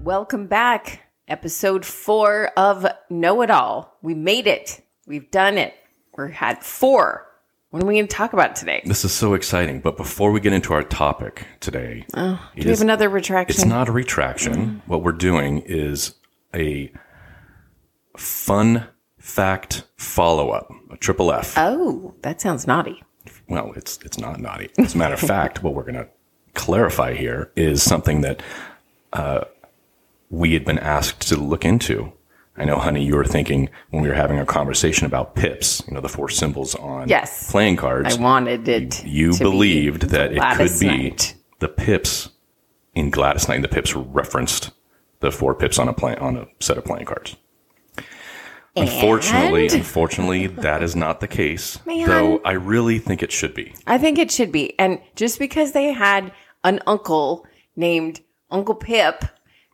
Welcome back. Episode four of Know It All. We made it. We've done it. We had four. What are we going to talk about today? This is so exciting. But before we get into our topic today, Do we have another retraction? it's not a retraction. What we're doing is a fun fact follow up, a triple F. oh, that sounds naughty. well, it's it's not naughty. As a matter of fact, what we're going to clarify here is something that uh, we had been asked to look into. I know, honey, you were thinking when we were having our conversation about pips, you know, the four symbols on Yes. playing cards. I wanted it. you to be believed that it Gladys could be Knight. the pips in Gladys Knight. The pips referenced the four pips on a play, on a set of playing cards. Unfortunately, And? unfortunately, that is not the case. Man. Though I really think it should be. I think it should be. And just because they had an uncle named Uncle Pip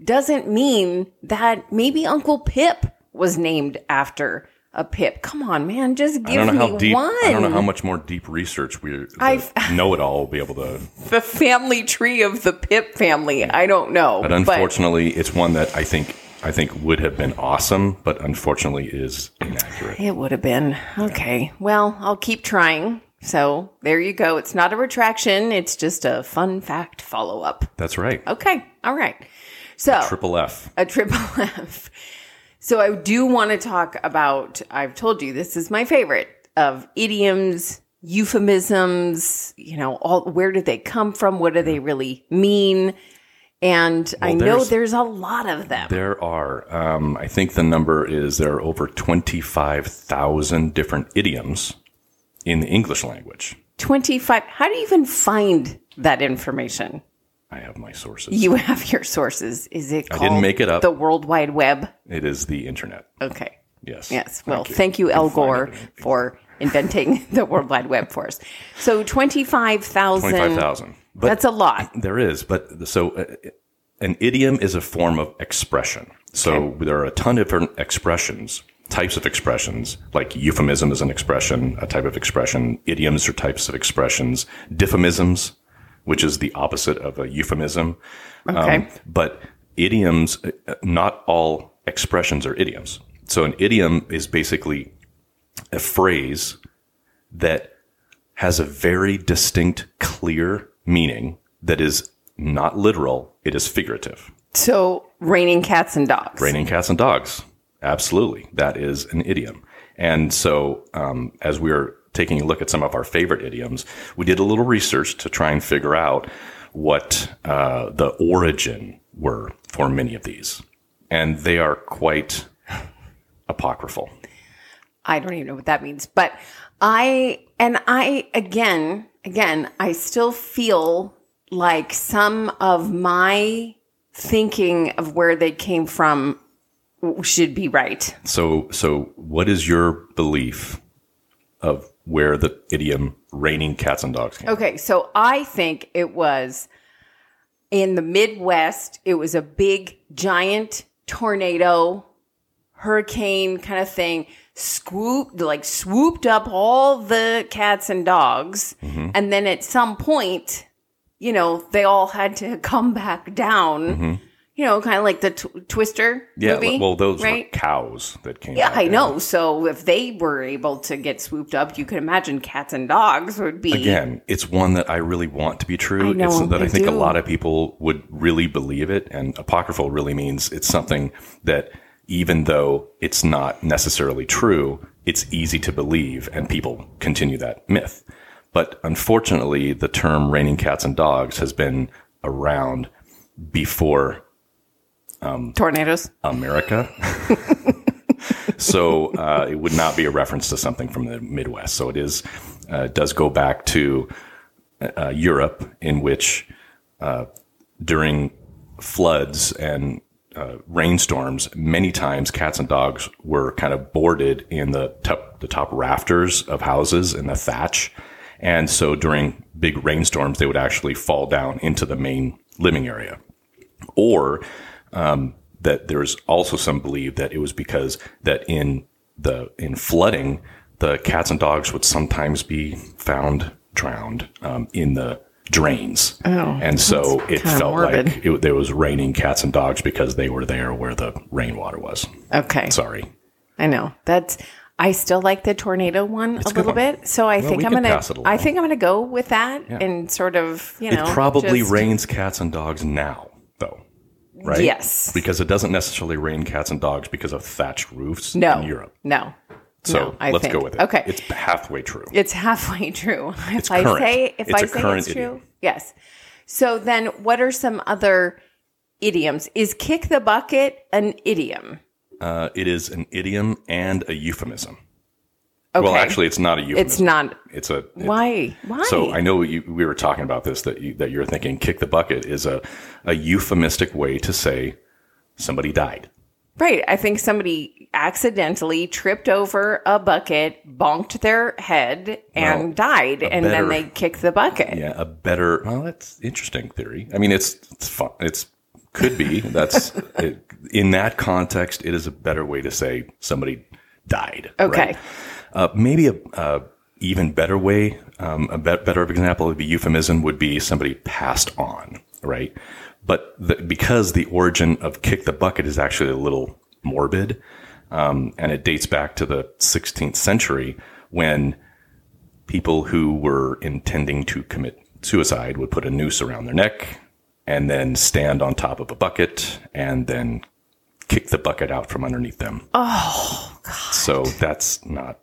doesn't mean that maybe Uncle Pip was named after a Pip. Come on, man. Just I give don't me know how deep. one. I don't know how much more deep research we I've- know it all will be able to. the family tree of the Pip family. I don't know. But unfortunately, it's one that I think I think would have been awesome, but unfortunately is inaccurate. It would have been. Okay. Well, I'll keep trying. So there you go. It's not a retraction, it's just a fun fact follow up. That's right. Okay. All right. So Triple F. a triple F. So I do want to talk about, I've told you this is my favorite of idioms, euphemisms, you know, all where did they come from? What do they really mean? And I know there's- there's a lot of them. There are. Um, I think the number is there are over twenty five thousand different idioms in the English language. 25. How do you even find that information? I have my sources. You have your sources. Is it called didn't make it up. the World Wide Web? it is the internet. Okay. Yes. Yes. Well, thank you, Al Gore, for inventing the World Wide Web for us. So 25,000. Twenty five thousand. But That's a lot. There is, but the- so uh, an idiom is a form of expression. So there are a ton of different expressions, types of expressions, like euphemism is an expression, a type of expression. Idioms are types of expressions. Diffamisms, which is the opposite of a euphemism. Um, Okay. but idioms, uh, uh, not all expressions are idioms. So an idiom is basically a phrase that has a very distinct, clear meaning that is not literal, it is figurative. so raining cats and dogs. Raining cats and dogs. Absolutely. That is an idiom. And so, um, as we were taking a look at some of our favorite idioms, we did a little research to try and figure out what uh, the origin were for many of these. And they are quite apocryphal. I don't even know what that means, but I and I again, again, I still feel like some of my thinking of where they came from w- should be right. So, so what is your belief of where the idiom "raining cats and dogs" came? Okay, so I think it was in the Midwest, it was a big giant tornado hurricane kind of thing swooped like swooped up all the cats and dogs Mm-hmm. and then at some point you know they all had to come back down you know kind of like the tw- twister Mm-hmm. Yeah, movie, well, those right were cows that came. yeah out i there. know so if they were able to get swooped up you could imagine cats and dogs would be Again, it's one that I really want to be true. I know, it's that I, I think a do. lot of people would really believe it, and apocryphal really means it's something that, even though it's not necessarily true, it's easy to believe, and people continue that myth. But unfortunately, the term "raining cats and dogs" has been around before tornadoes America. so uh, it would not be a reference to something from the Midwest. So it is uh, it does go back to uh, Europe, in which uh, during floods and uh, rainstorms, many times cats and dogs were kind of boarded in the top, the top rafters of houses and the thatch. And so during big rainstorms, they would actually fall down into the main living area or um, that there's also some belief that it was because that in the in flooding the cats and dogs would sometimes be found drowned um, in the drains. and so it Oh, kinda felt morbid. like it, there was raining cats and dogs because they were there where the rainwater was. Okay. Sorry. I know. That's I still like the tornado one a a little good one. bit. So I think we I'm can gonna pass it along. I think I'm gonna go with that and sort of, you know it probably just- rains cats and dogs now, though. Right? Yes. Because it doesn't necessarily rain cats and dogs because of thatched roofs no, in Europe. No. So No, I let's go think- with it. okay. It's halfway true. It's halfway true. If It's I current. say if It's I a say current it's true. idiom. Yes. So then what are some other idioms? Is kick the bucket an idiom? Uh, it is an idiom and a euphemism. Okay. Well, actually, it's not a euphemism. it's not It's a. it- why? Why? So I know you, we were talking about this that you, that you're thinking kick the bucket is a, a euphemistic way to say somebody died. Right. I think somebody accidentally tripped over a bucket, bonked their head, and Well, died. And then better- they kicked the bucket. Yeah, a better. Well, that's interesting theory. I mean, it's it's fun. It's could be that's it, in that context. It is a better way to say somebody died. Okay. right? Uh, maybe a, a even better way, um, a bet better example of a euphemism would be somebody passed on, right? But the, because the origin of kick the bucket is actually a little morbid, um, and it dates back to the 16th century when people who were intending to commit suicide would put a noose around their neck and then stand on top of a bucket and then kick the bucket out from underneath them. Oh, God. So that's not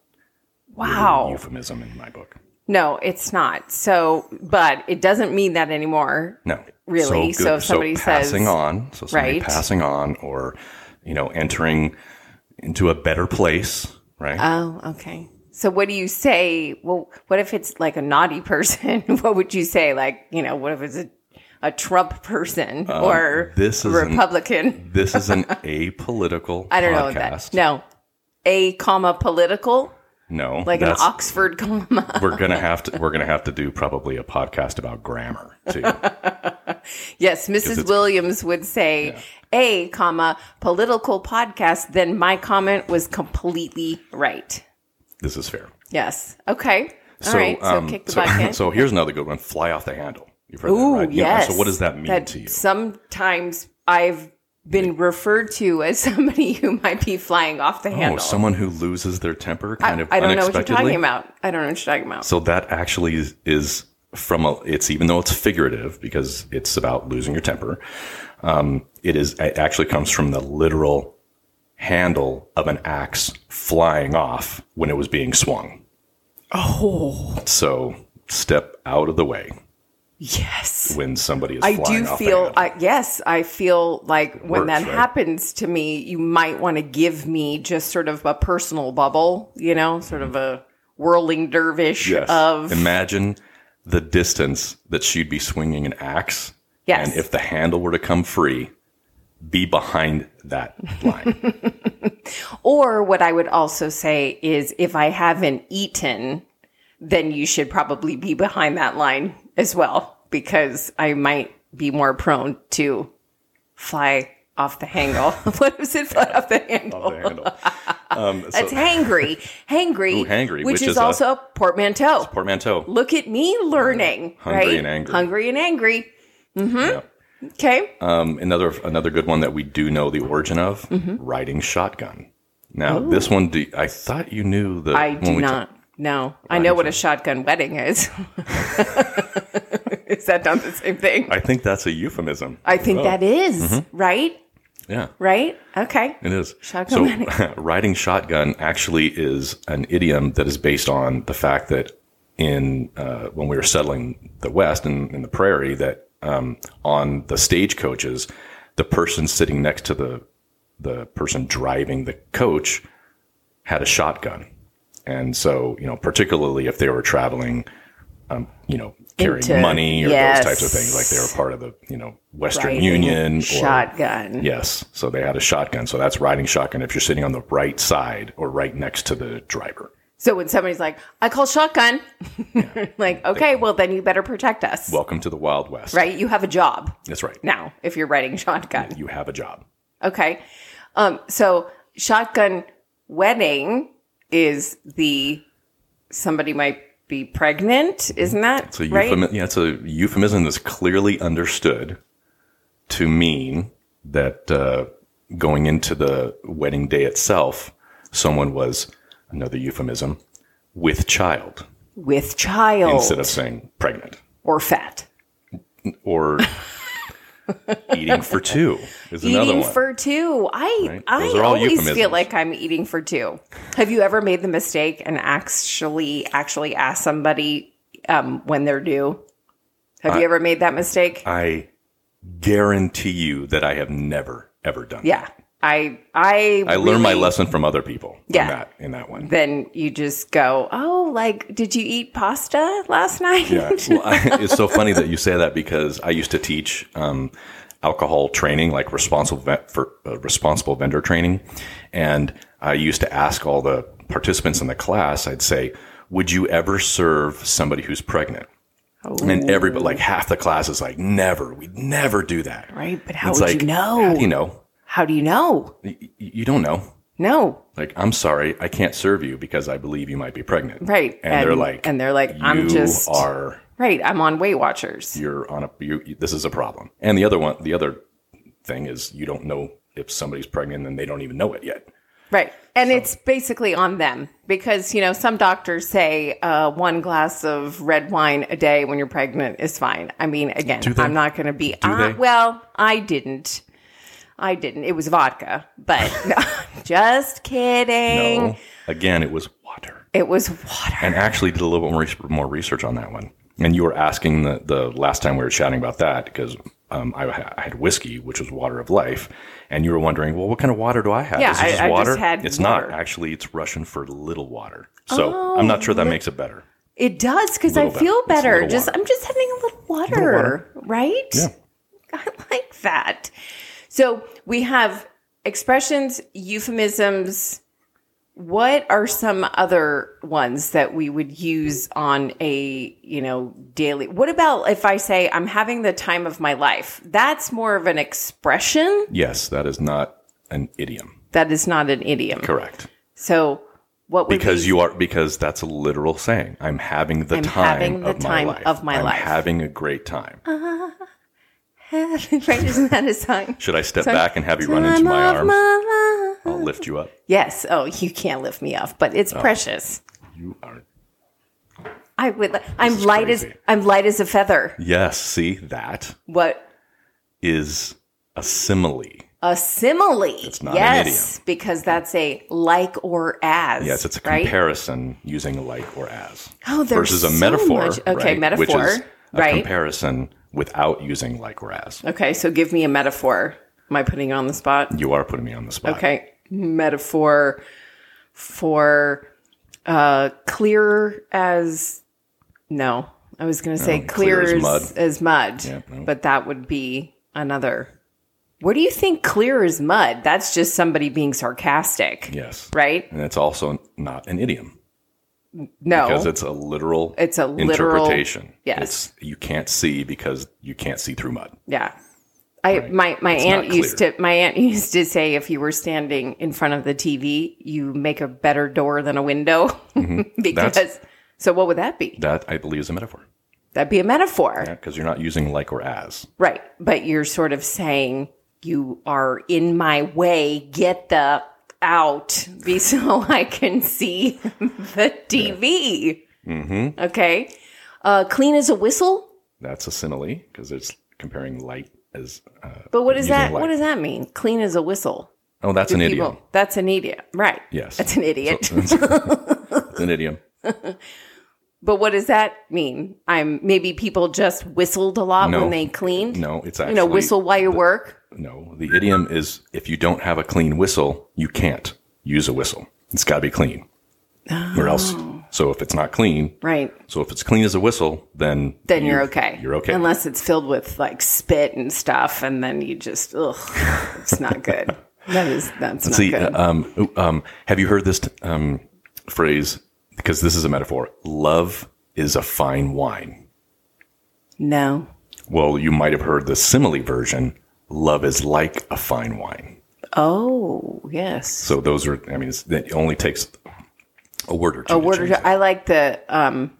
Wow. a euphemism in my book. No, it's not. So, but it doesn't mean that anymore. No. Really? So good- if somebody says- passing on, so somebody Right. passing on or, you know, entering into a better place, right? Oh, okay. So what do you say? Well, what if it's like a naughty person? what would you say? Like, you know, what if it's a, a Trump person or Um, this a is an- Republican? this is an apolitical I don't know what podcast. that. No. A comma political, No. like that's- an Oxford comma. we're gonna have to we're gonna have to do probably a podcast about grammar too. Yes, Mrs. Williams would say a comma political podcast. Then my comment was completely right. this is fair. Yes. Okay. All right. So um, kick the so, bucket. so here's another good one: fly off the handle. You've heard Ooh, that, right? You know, yes. so what does that mean to you? Sometimes I've been referred to as somebody who might be flying off the Oh, handle. someone who loses their temper, kind of I don't know what you're unexpectedly. talking about. I don't know what you're talking about. So that actually is, is from a. It's even though it's figurative because it's about losing your temper. Um, it is. It actually comes from the literal handle of an axe flying off when it was being swung. Oh. So step out of the way. yes. when somebody is I flying do off the feel, handle. I, yes, I feel like when works, that right? happens to me, you might want to give me just sort of a personal bubble, you know, sort of a whirling dervish Yes. of. imagine the distance that she'd be swinging an axe Yes. and if the handle were to come free be behind that line Or what I would also say is if I haven't eaten, then you should probably be behind that line as well, because I might be more prone to fly off the handle. what is it? Fly off the handle. the handle um, so It's hangry. Hangry. Ooh, hangry, Which, is, also a portmanteau. portmanteau Look at me learning. Hungry right? and angry. Hungry and angry. Mm-hmm. yeah. Okay. um, another another good one that we do know the origin of Mm-hmm. riding shotgun now this one do, i thought you knew that I do we ta- not. no, I know what a shotgun wedding is. is that not the same thing? i think Mm-hmm. that's a euphemism I think that is, right? yeah Right? Okay. It is. Shotgun So, riding shotgun actually is an idiom that is based on the fact that in uh, when we were settling the West and in, the prairie, that um, on the stagecoaches, the person sitting next to the the person driving the coach had a shotgun, and so you know, particularly if they were traveling. Um, you know, carrying Into- money or yes. those types of things, like they were part of the you know Western Riding Union or Shotgun. Yes. So they had a shotgun. So that's riding shotgun if you're sitting on the right side or right next to the driver. So when somebody's like, I call shotgun, like, okay, well, then you better protect us. Welcome to the Wild West. right? You have a job That's right. now if you're writing shotgun. You have a job. Okay. Um, so shotgun wedding is the somebody might be pregnant. Isn't that It's a right? euphemism. Yeah, it's a euphemism that's clearly understood to mean that uh, going into the wedding day itself, someone was another euphemism with child With child instead of saying pregnant or fat. or eating for two is another Eating one. for two. I Right? I Those are all always feel euphemisms. like I'm eating for two. Have you ever made the mistake and actually actually asked somebody um, when they're due? Have you ever made that mistake? I guarantee you that I have never ever done. yeah, I I that. I learned my really- lesson from other people. Yeah. in that, in that one. Then you just go, oh, like did you eat pasta last night? Yeah. Well, I, it's so funny that you say that because I used to teach um, alcohol training, like responsible vet for uh, responsible vendor training, and I used to ask all the participants in the class. I'd say, "Would you ever serve somebody who's pregnant?" And everybody, like half the class, is like, "Never. We'd never do that." right, but how It's would like, you How know? do you know? How do you know? Y- y- You don't know. No, Like, I'm sorry, I can't serve you because I believe you might be pregnant. right? And, they're like, and they're like, you I'm just are right. I'm on Weight Watchers. you're on a you, this is a problem and the other one the other thing is you don't know if somebody's pregnant and they don't even know it yet Right. And it's basically on them because, you know, some doctors say uh, one glass of red wine a day when you're pregnant is fine. I mean, again, I'm not going to be. I- they? Well, I didn't. I didn't. It was vodka, but just kidding. no again it was water It was water. and actually did a little bit more, res- more research on that one and you were asking the, the last time we were chatting about that because um, I, ha- I had whiskey which was water of life and you were wondering well what kind of water do i have Yeah, is it I- just I just water had it's water. not actually it's russian for little water so i'm not Oh. sure that makes it better It does because I Little bit. feel It's a better. little Just water. I'm just having a little water, right? Yeah. I like that. So we have expressions, euphemisms. What are some other ones that we would use on a, you know, daily? What about if I say I'm having the time of my life? That's more of an expression yes that is not an idiom that is not an idiom. correct So what would because be- you are because that's a literal saying. I'm having the I'm time having the of my time life. of my I'm life. Uh, having a great time. right isn't that a sign? Should I step back and have you run into Time my of arms? my life. I'll lift you up. Yes. Oh, you can't lift me up, but it's precious. You are I would. I'm light as crazy. I'm light as a feather. Yes, see that What is a simile. a simile. not an yes, because that's a like or as. Yes, it's a right. comparison using like or as. Oh, there's versus a so metaphor. much- okay, right, metaphor, Which is a right. comparison without using like or as. okay, so give me a metaphor. Am I putting you on the spot? You are putting me on the spot. Okay, metaphor for uh, clear as no. I was going to say clear, Oh, clear as as mud. as mud, no. but that would be another. What do you think clear as mud? That's just somebody being sarcastic, Yes. right? And it's also not an idiom. No, because it's a literal It's a literal- interpretation yes. it's, you can't see because you can't see through mud Yeah. I my my aunt not used to my aunt used to say if you were standing in front of the TV, you make a better door than a window Mm-hmm. because so what would that be? that i believe is a metaphor That'd be a metaphor. because you're not using like or as Right. But you're sort of saying you are in my way, get the out be so I can see the TV. Mm-hmm. Okay. Uh, clean as a whistle. that's a simile because it's comparing light as uh, But what does Using that light. what does that mean? Clean as a whistle. oh that's an People- idiom That's an idiom. Right. yes That's an idiot. it's an idiom but what does that mean? I'm maybe people just whistled a lot No. when they cleaned. no it's actually You know, whistle while you work. no the idiom is if you don't have a clean whistle you can't use a whistle it's got to be clean or else Oh. so if it's not clean Right. so if it's clean as a whistle then Then you're you- okay. you're okay Unless it's filled with like spit and stuff and then you just ugh, it's not good. That is that's not See, good. uh, um, ooh, um, have you heard this um, phrase? Because this is a metaphor. Love is a fine wine. no. Well, you might have heard the simile version. Love is like a fine wine. Oh, yes. So those are. I mean, it's, it only takes a word or two. A word or two. I like the um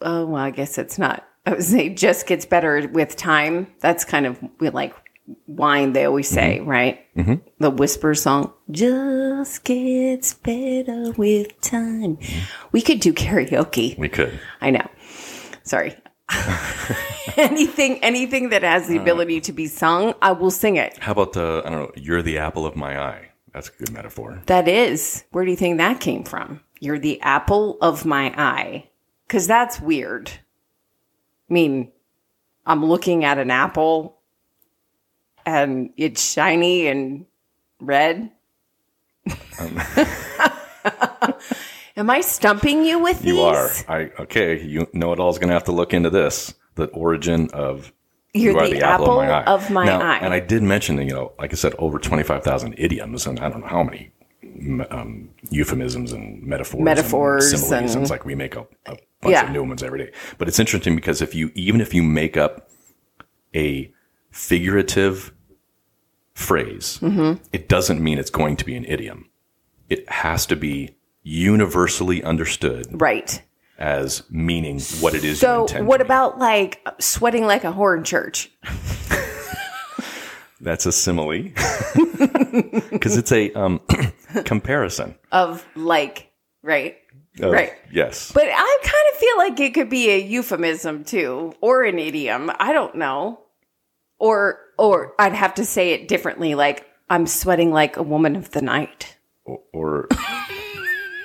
oh well, I guess it's not. I would say just gets better with time. That's kind of we like wine. They always Mm-hmm. say right the whisper song just gets better with time. Mm-hmm. We could do karaoke. We could. I know. Sorry. anything anything that has the ability to be sung, I will sing it. How about the, I don't know, you're the apple of my eye? That's a good metaphor. That is. Where do you think that came from? You're the apple of my eye. Cause that's weird. I mean, I'm looking at an apple and it's shiny and red. Um. Am I stumping you with these? You are. I okay. You know it all's going to have to look into this. The origin of You're the apple of my Now, eye. And I did mention that you know, like I said, over twenty five thousand idioms, and I don't know how many m- um, euphemisms and metaphors, and Metaphors similes, and, and- it's like we make up a bunch Yeah. of new ones every day. But it's interesting because if you even if you make up a figurative phrase, Mm-hmm. it doesn't mean it's going to be an idiom. It has to be universally understood Right. as meaning what it is you So, intend. what to mean. about like sweating like a whore in church? that's a simile because it's a um, comparison. Of like, right? of- Right. Yes. But I kind of feel like it could be a euphemism too, or an idiom. I don't know. Or, or I'd have to say it differently. Like, I'm sweating like a woman of the night. or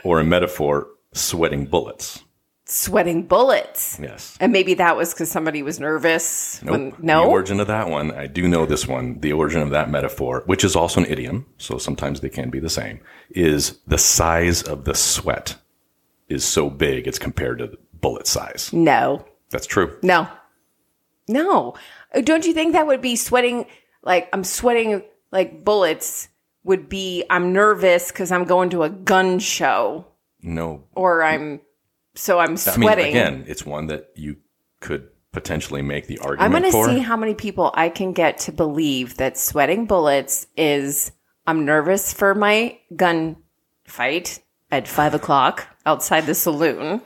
or a metaphor, sweating bullets. Sweating bullets. Yes. And maybe that was because somebody was nervous. when- The no. origin of that one, I do know this one. The origin of that metaphor, which is also an idiom, so sometimes they can be the same, is the size of the sweat is so big it's compared to the bullet size. No. That's true. No. No. Uh, Don't you think that would be sweating like I'm sweating like bullets would be I'm nervous cuz I'm going to a gun show No or I'm so I'm I mean, sweating. again, it's one that you could potentially make the I'm argument going to for. see how many people I can get to believe that sweating bullets is I'm nervous for my gun fight at five o'clock outside the saloon.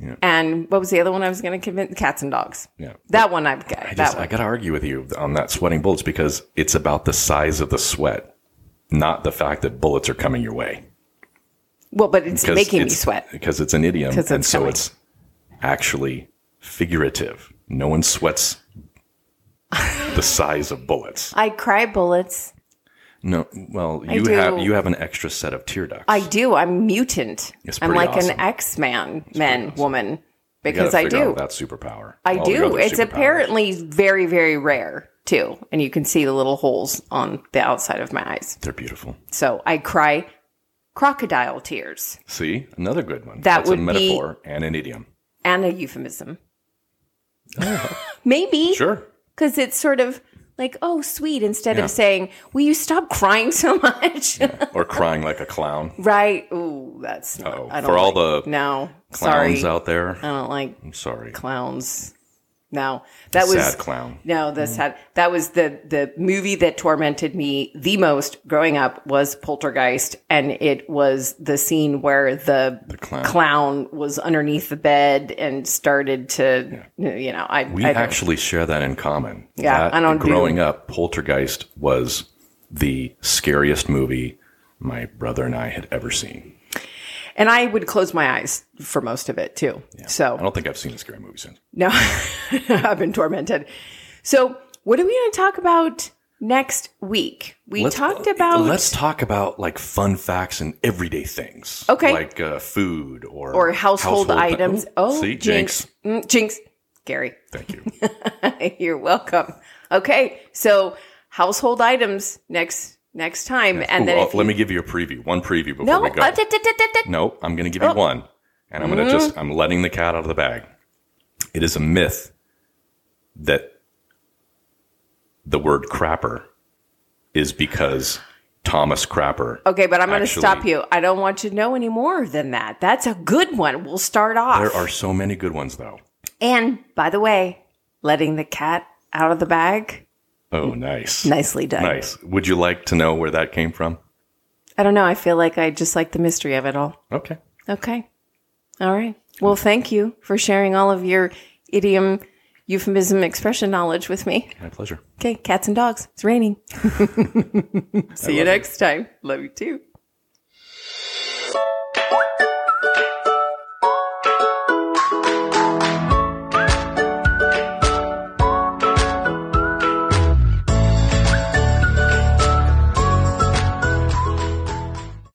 Yeah. And what was the other one I was going to convince? Cats and dogs. yeah. That one I've got. I that just, one. I got to argue with you on that sweating bullets because it's about the size of the sweat, not the fact that bullets are coming your way. well, but it's 'Cause making me it's- sweat. Because it's an idiom. 'Cause and it's so coming. it's actually figurative. No one sweats the size of bullets. I cry bullets. No, well, you do. have you have an extra set of tear ducts. I do. I'm mutant. It's I'm pretty like awesome. an X man, man, woman, You gotta because I figure do. out that superpower. I All the do. other It's superpowers. apparently very, very rare too, and you can see the little holes on the outside of my eyes. They're beautiful. So I cry crocodile tears See, another good one. That That's would a be- metaphor and an idiom. and a euphemism. Maybe Oh. Sure. because it's sort of like oh sweet instead Yeah. of saying will you stop crying so much Or crying like a clown. right ooh that's not, Uh-oh. I don't Oh, For all like- the no clowns sorry Uh, out there, I don't like I'm sorry. clowns. No, that was Sad clown. Mm-hmm. no. This had that was the the movie that tormented me the most growing up was Poltergeist, and it was the scene where the, clown. was underneath the bed and started to you know I We I don't- actually share that in common. Yeah, That- I don't do- Growing up, Poltergeist was the scariest movie my brother and I had ever seen. and I would close my eyes for most of it too. So I don't think I've seen a scary movie since. No, I've been tormented. So, what are we going to talk about next week? We talked about uh, Let's talk about like fun facts and everyday things. Okay. Like uh, food or or household, pe- items. Oh, uh, see, jinx. Mm, jinx. Gary, Thank you. you're welcome. Okay, so household items next next time, and Ooh, then oh, if you- let me give you a preview. One preview before no, we go. uh, da- da- da- da- da- No, I'm going to give you one. And I'm going to just, I'm letting the cat out of the bag. It is a myth that the word crapper is because Thomas Crapper. okay, but I'm going to Actually- stop you. I don't want you to know any more than that. That's a good one. We'll start off. There are so many good ones, though. and by the way, letting the cat out of the bag, Oh, nice. nicely done. Nice. Would you like to know where that came from? I don't know. I feel like I just like the mystery of it all. Okay. Okay. All right. Well, thank you for sharing all of your idiom, euphemism, expression knowledge with me. My pleasure. Okay, cats and dogs. It's raining. See you next time. Love you too.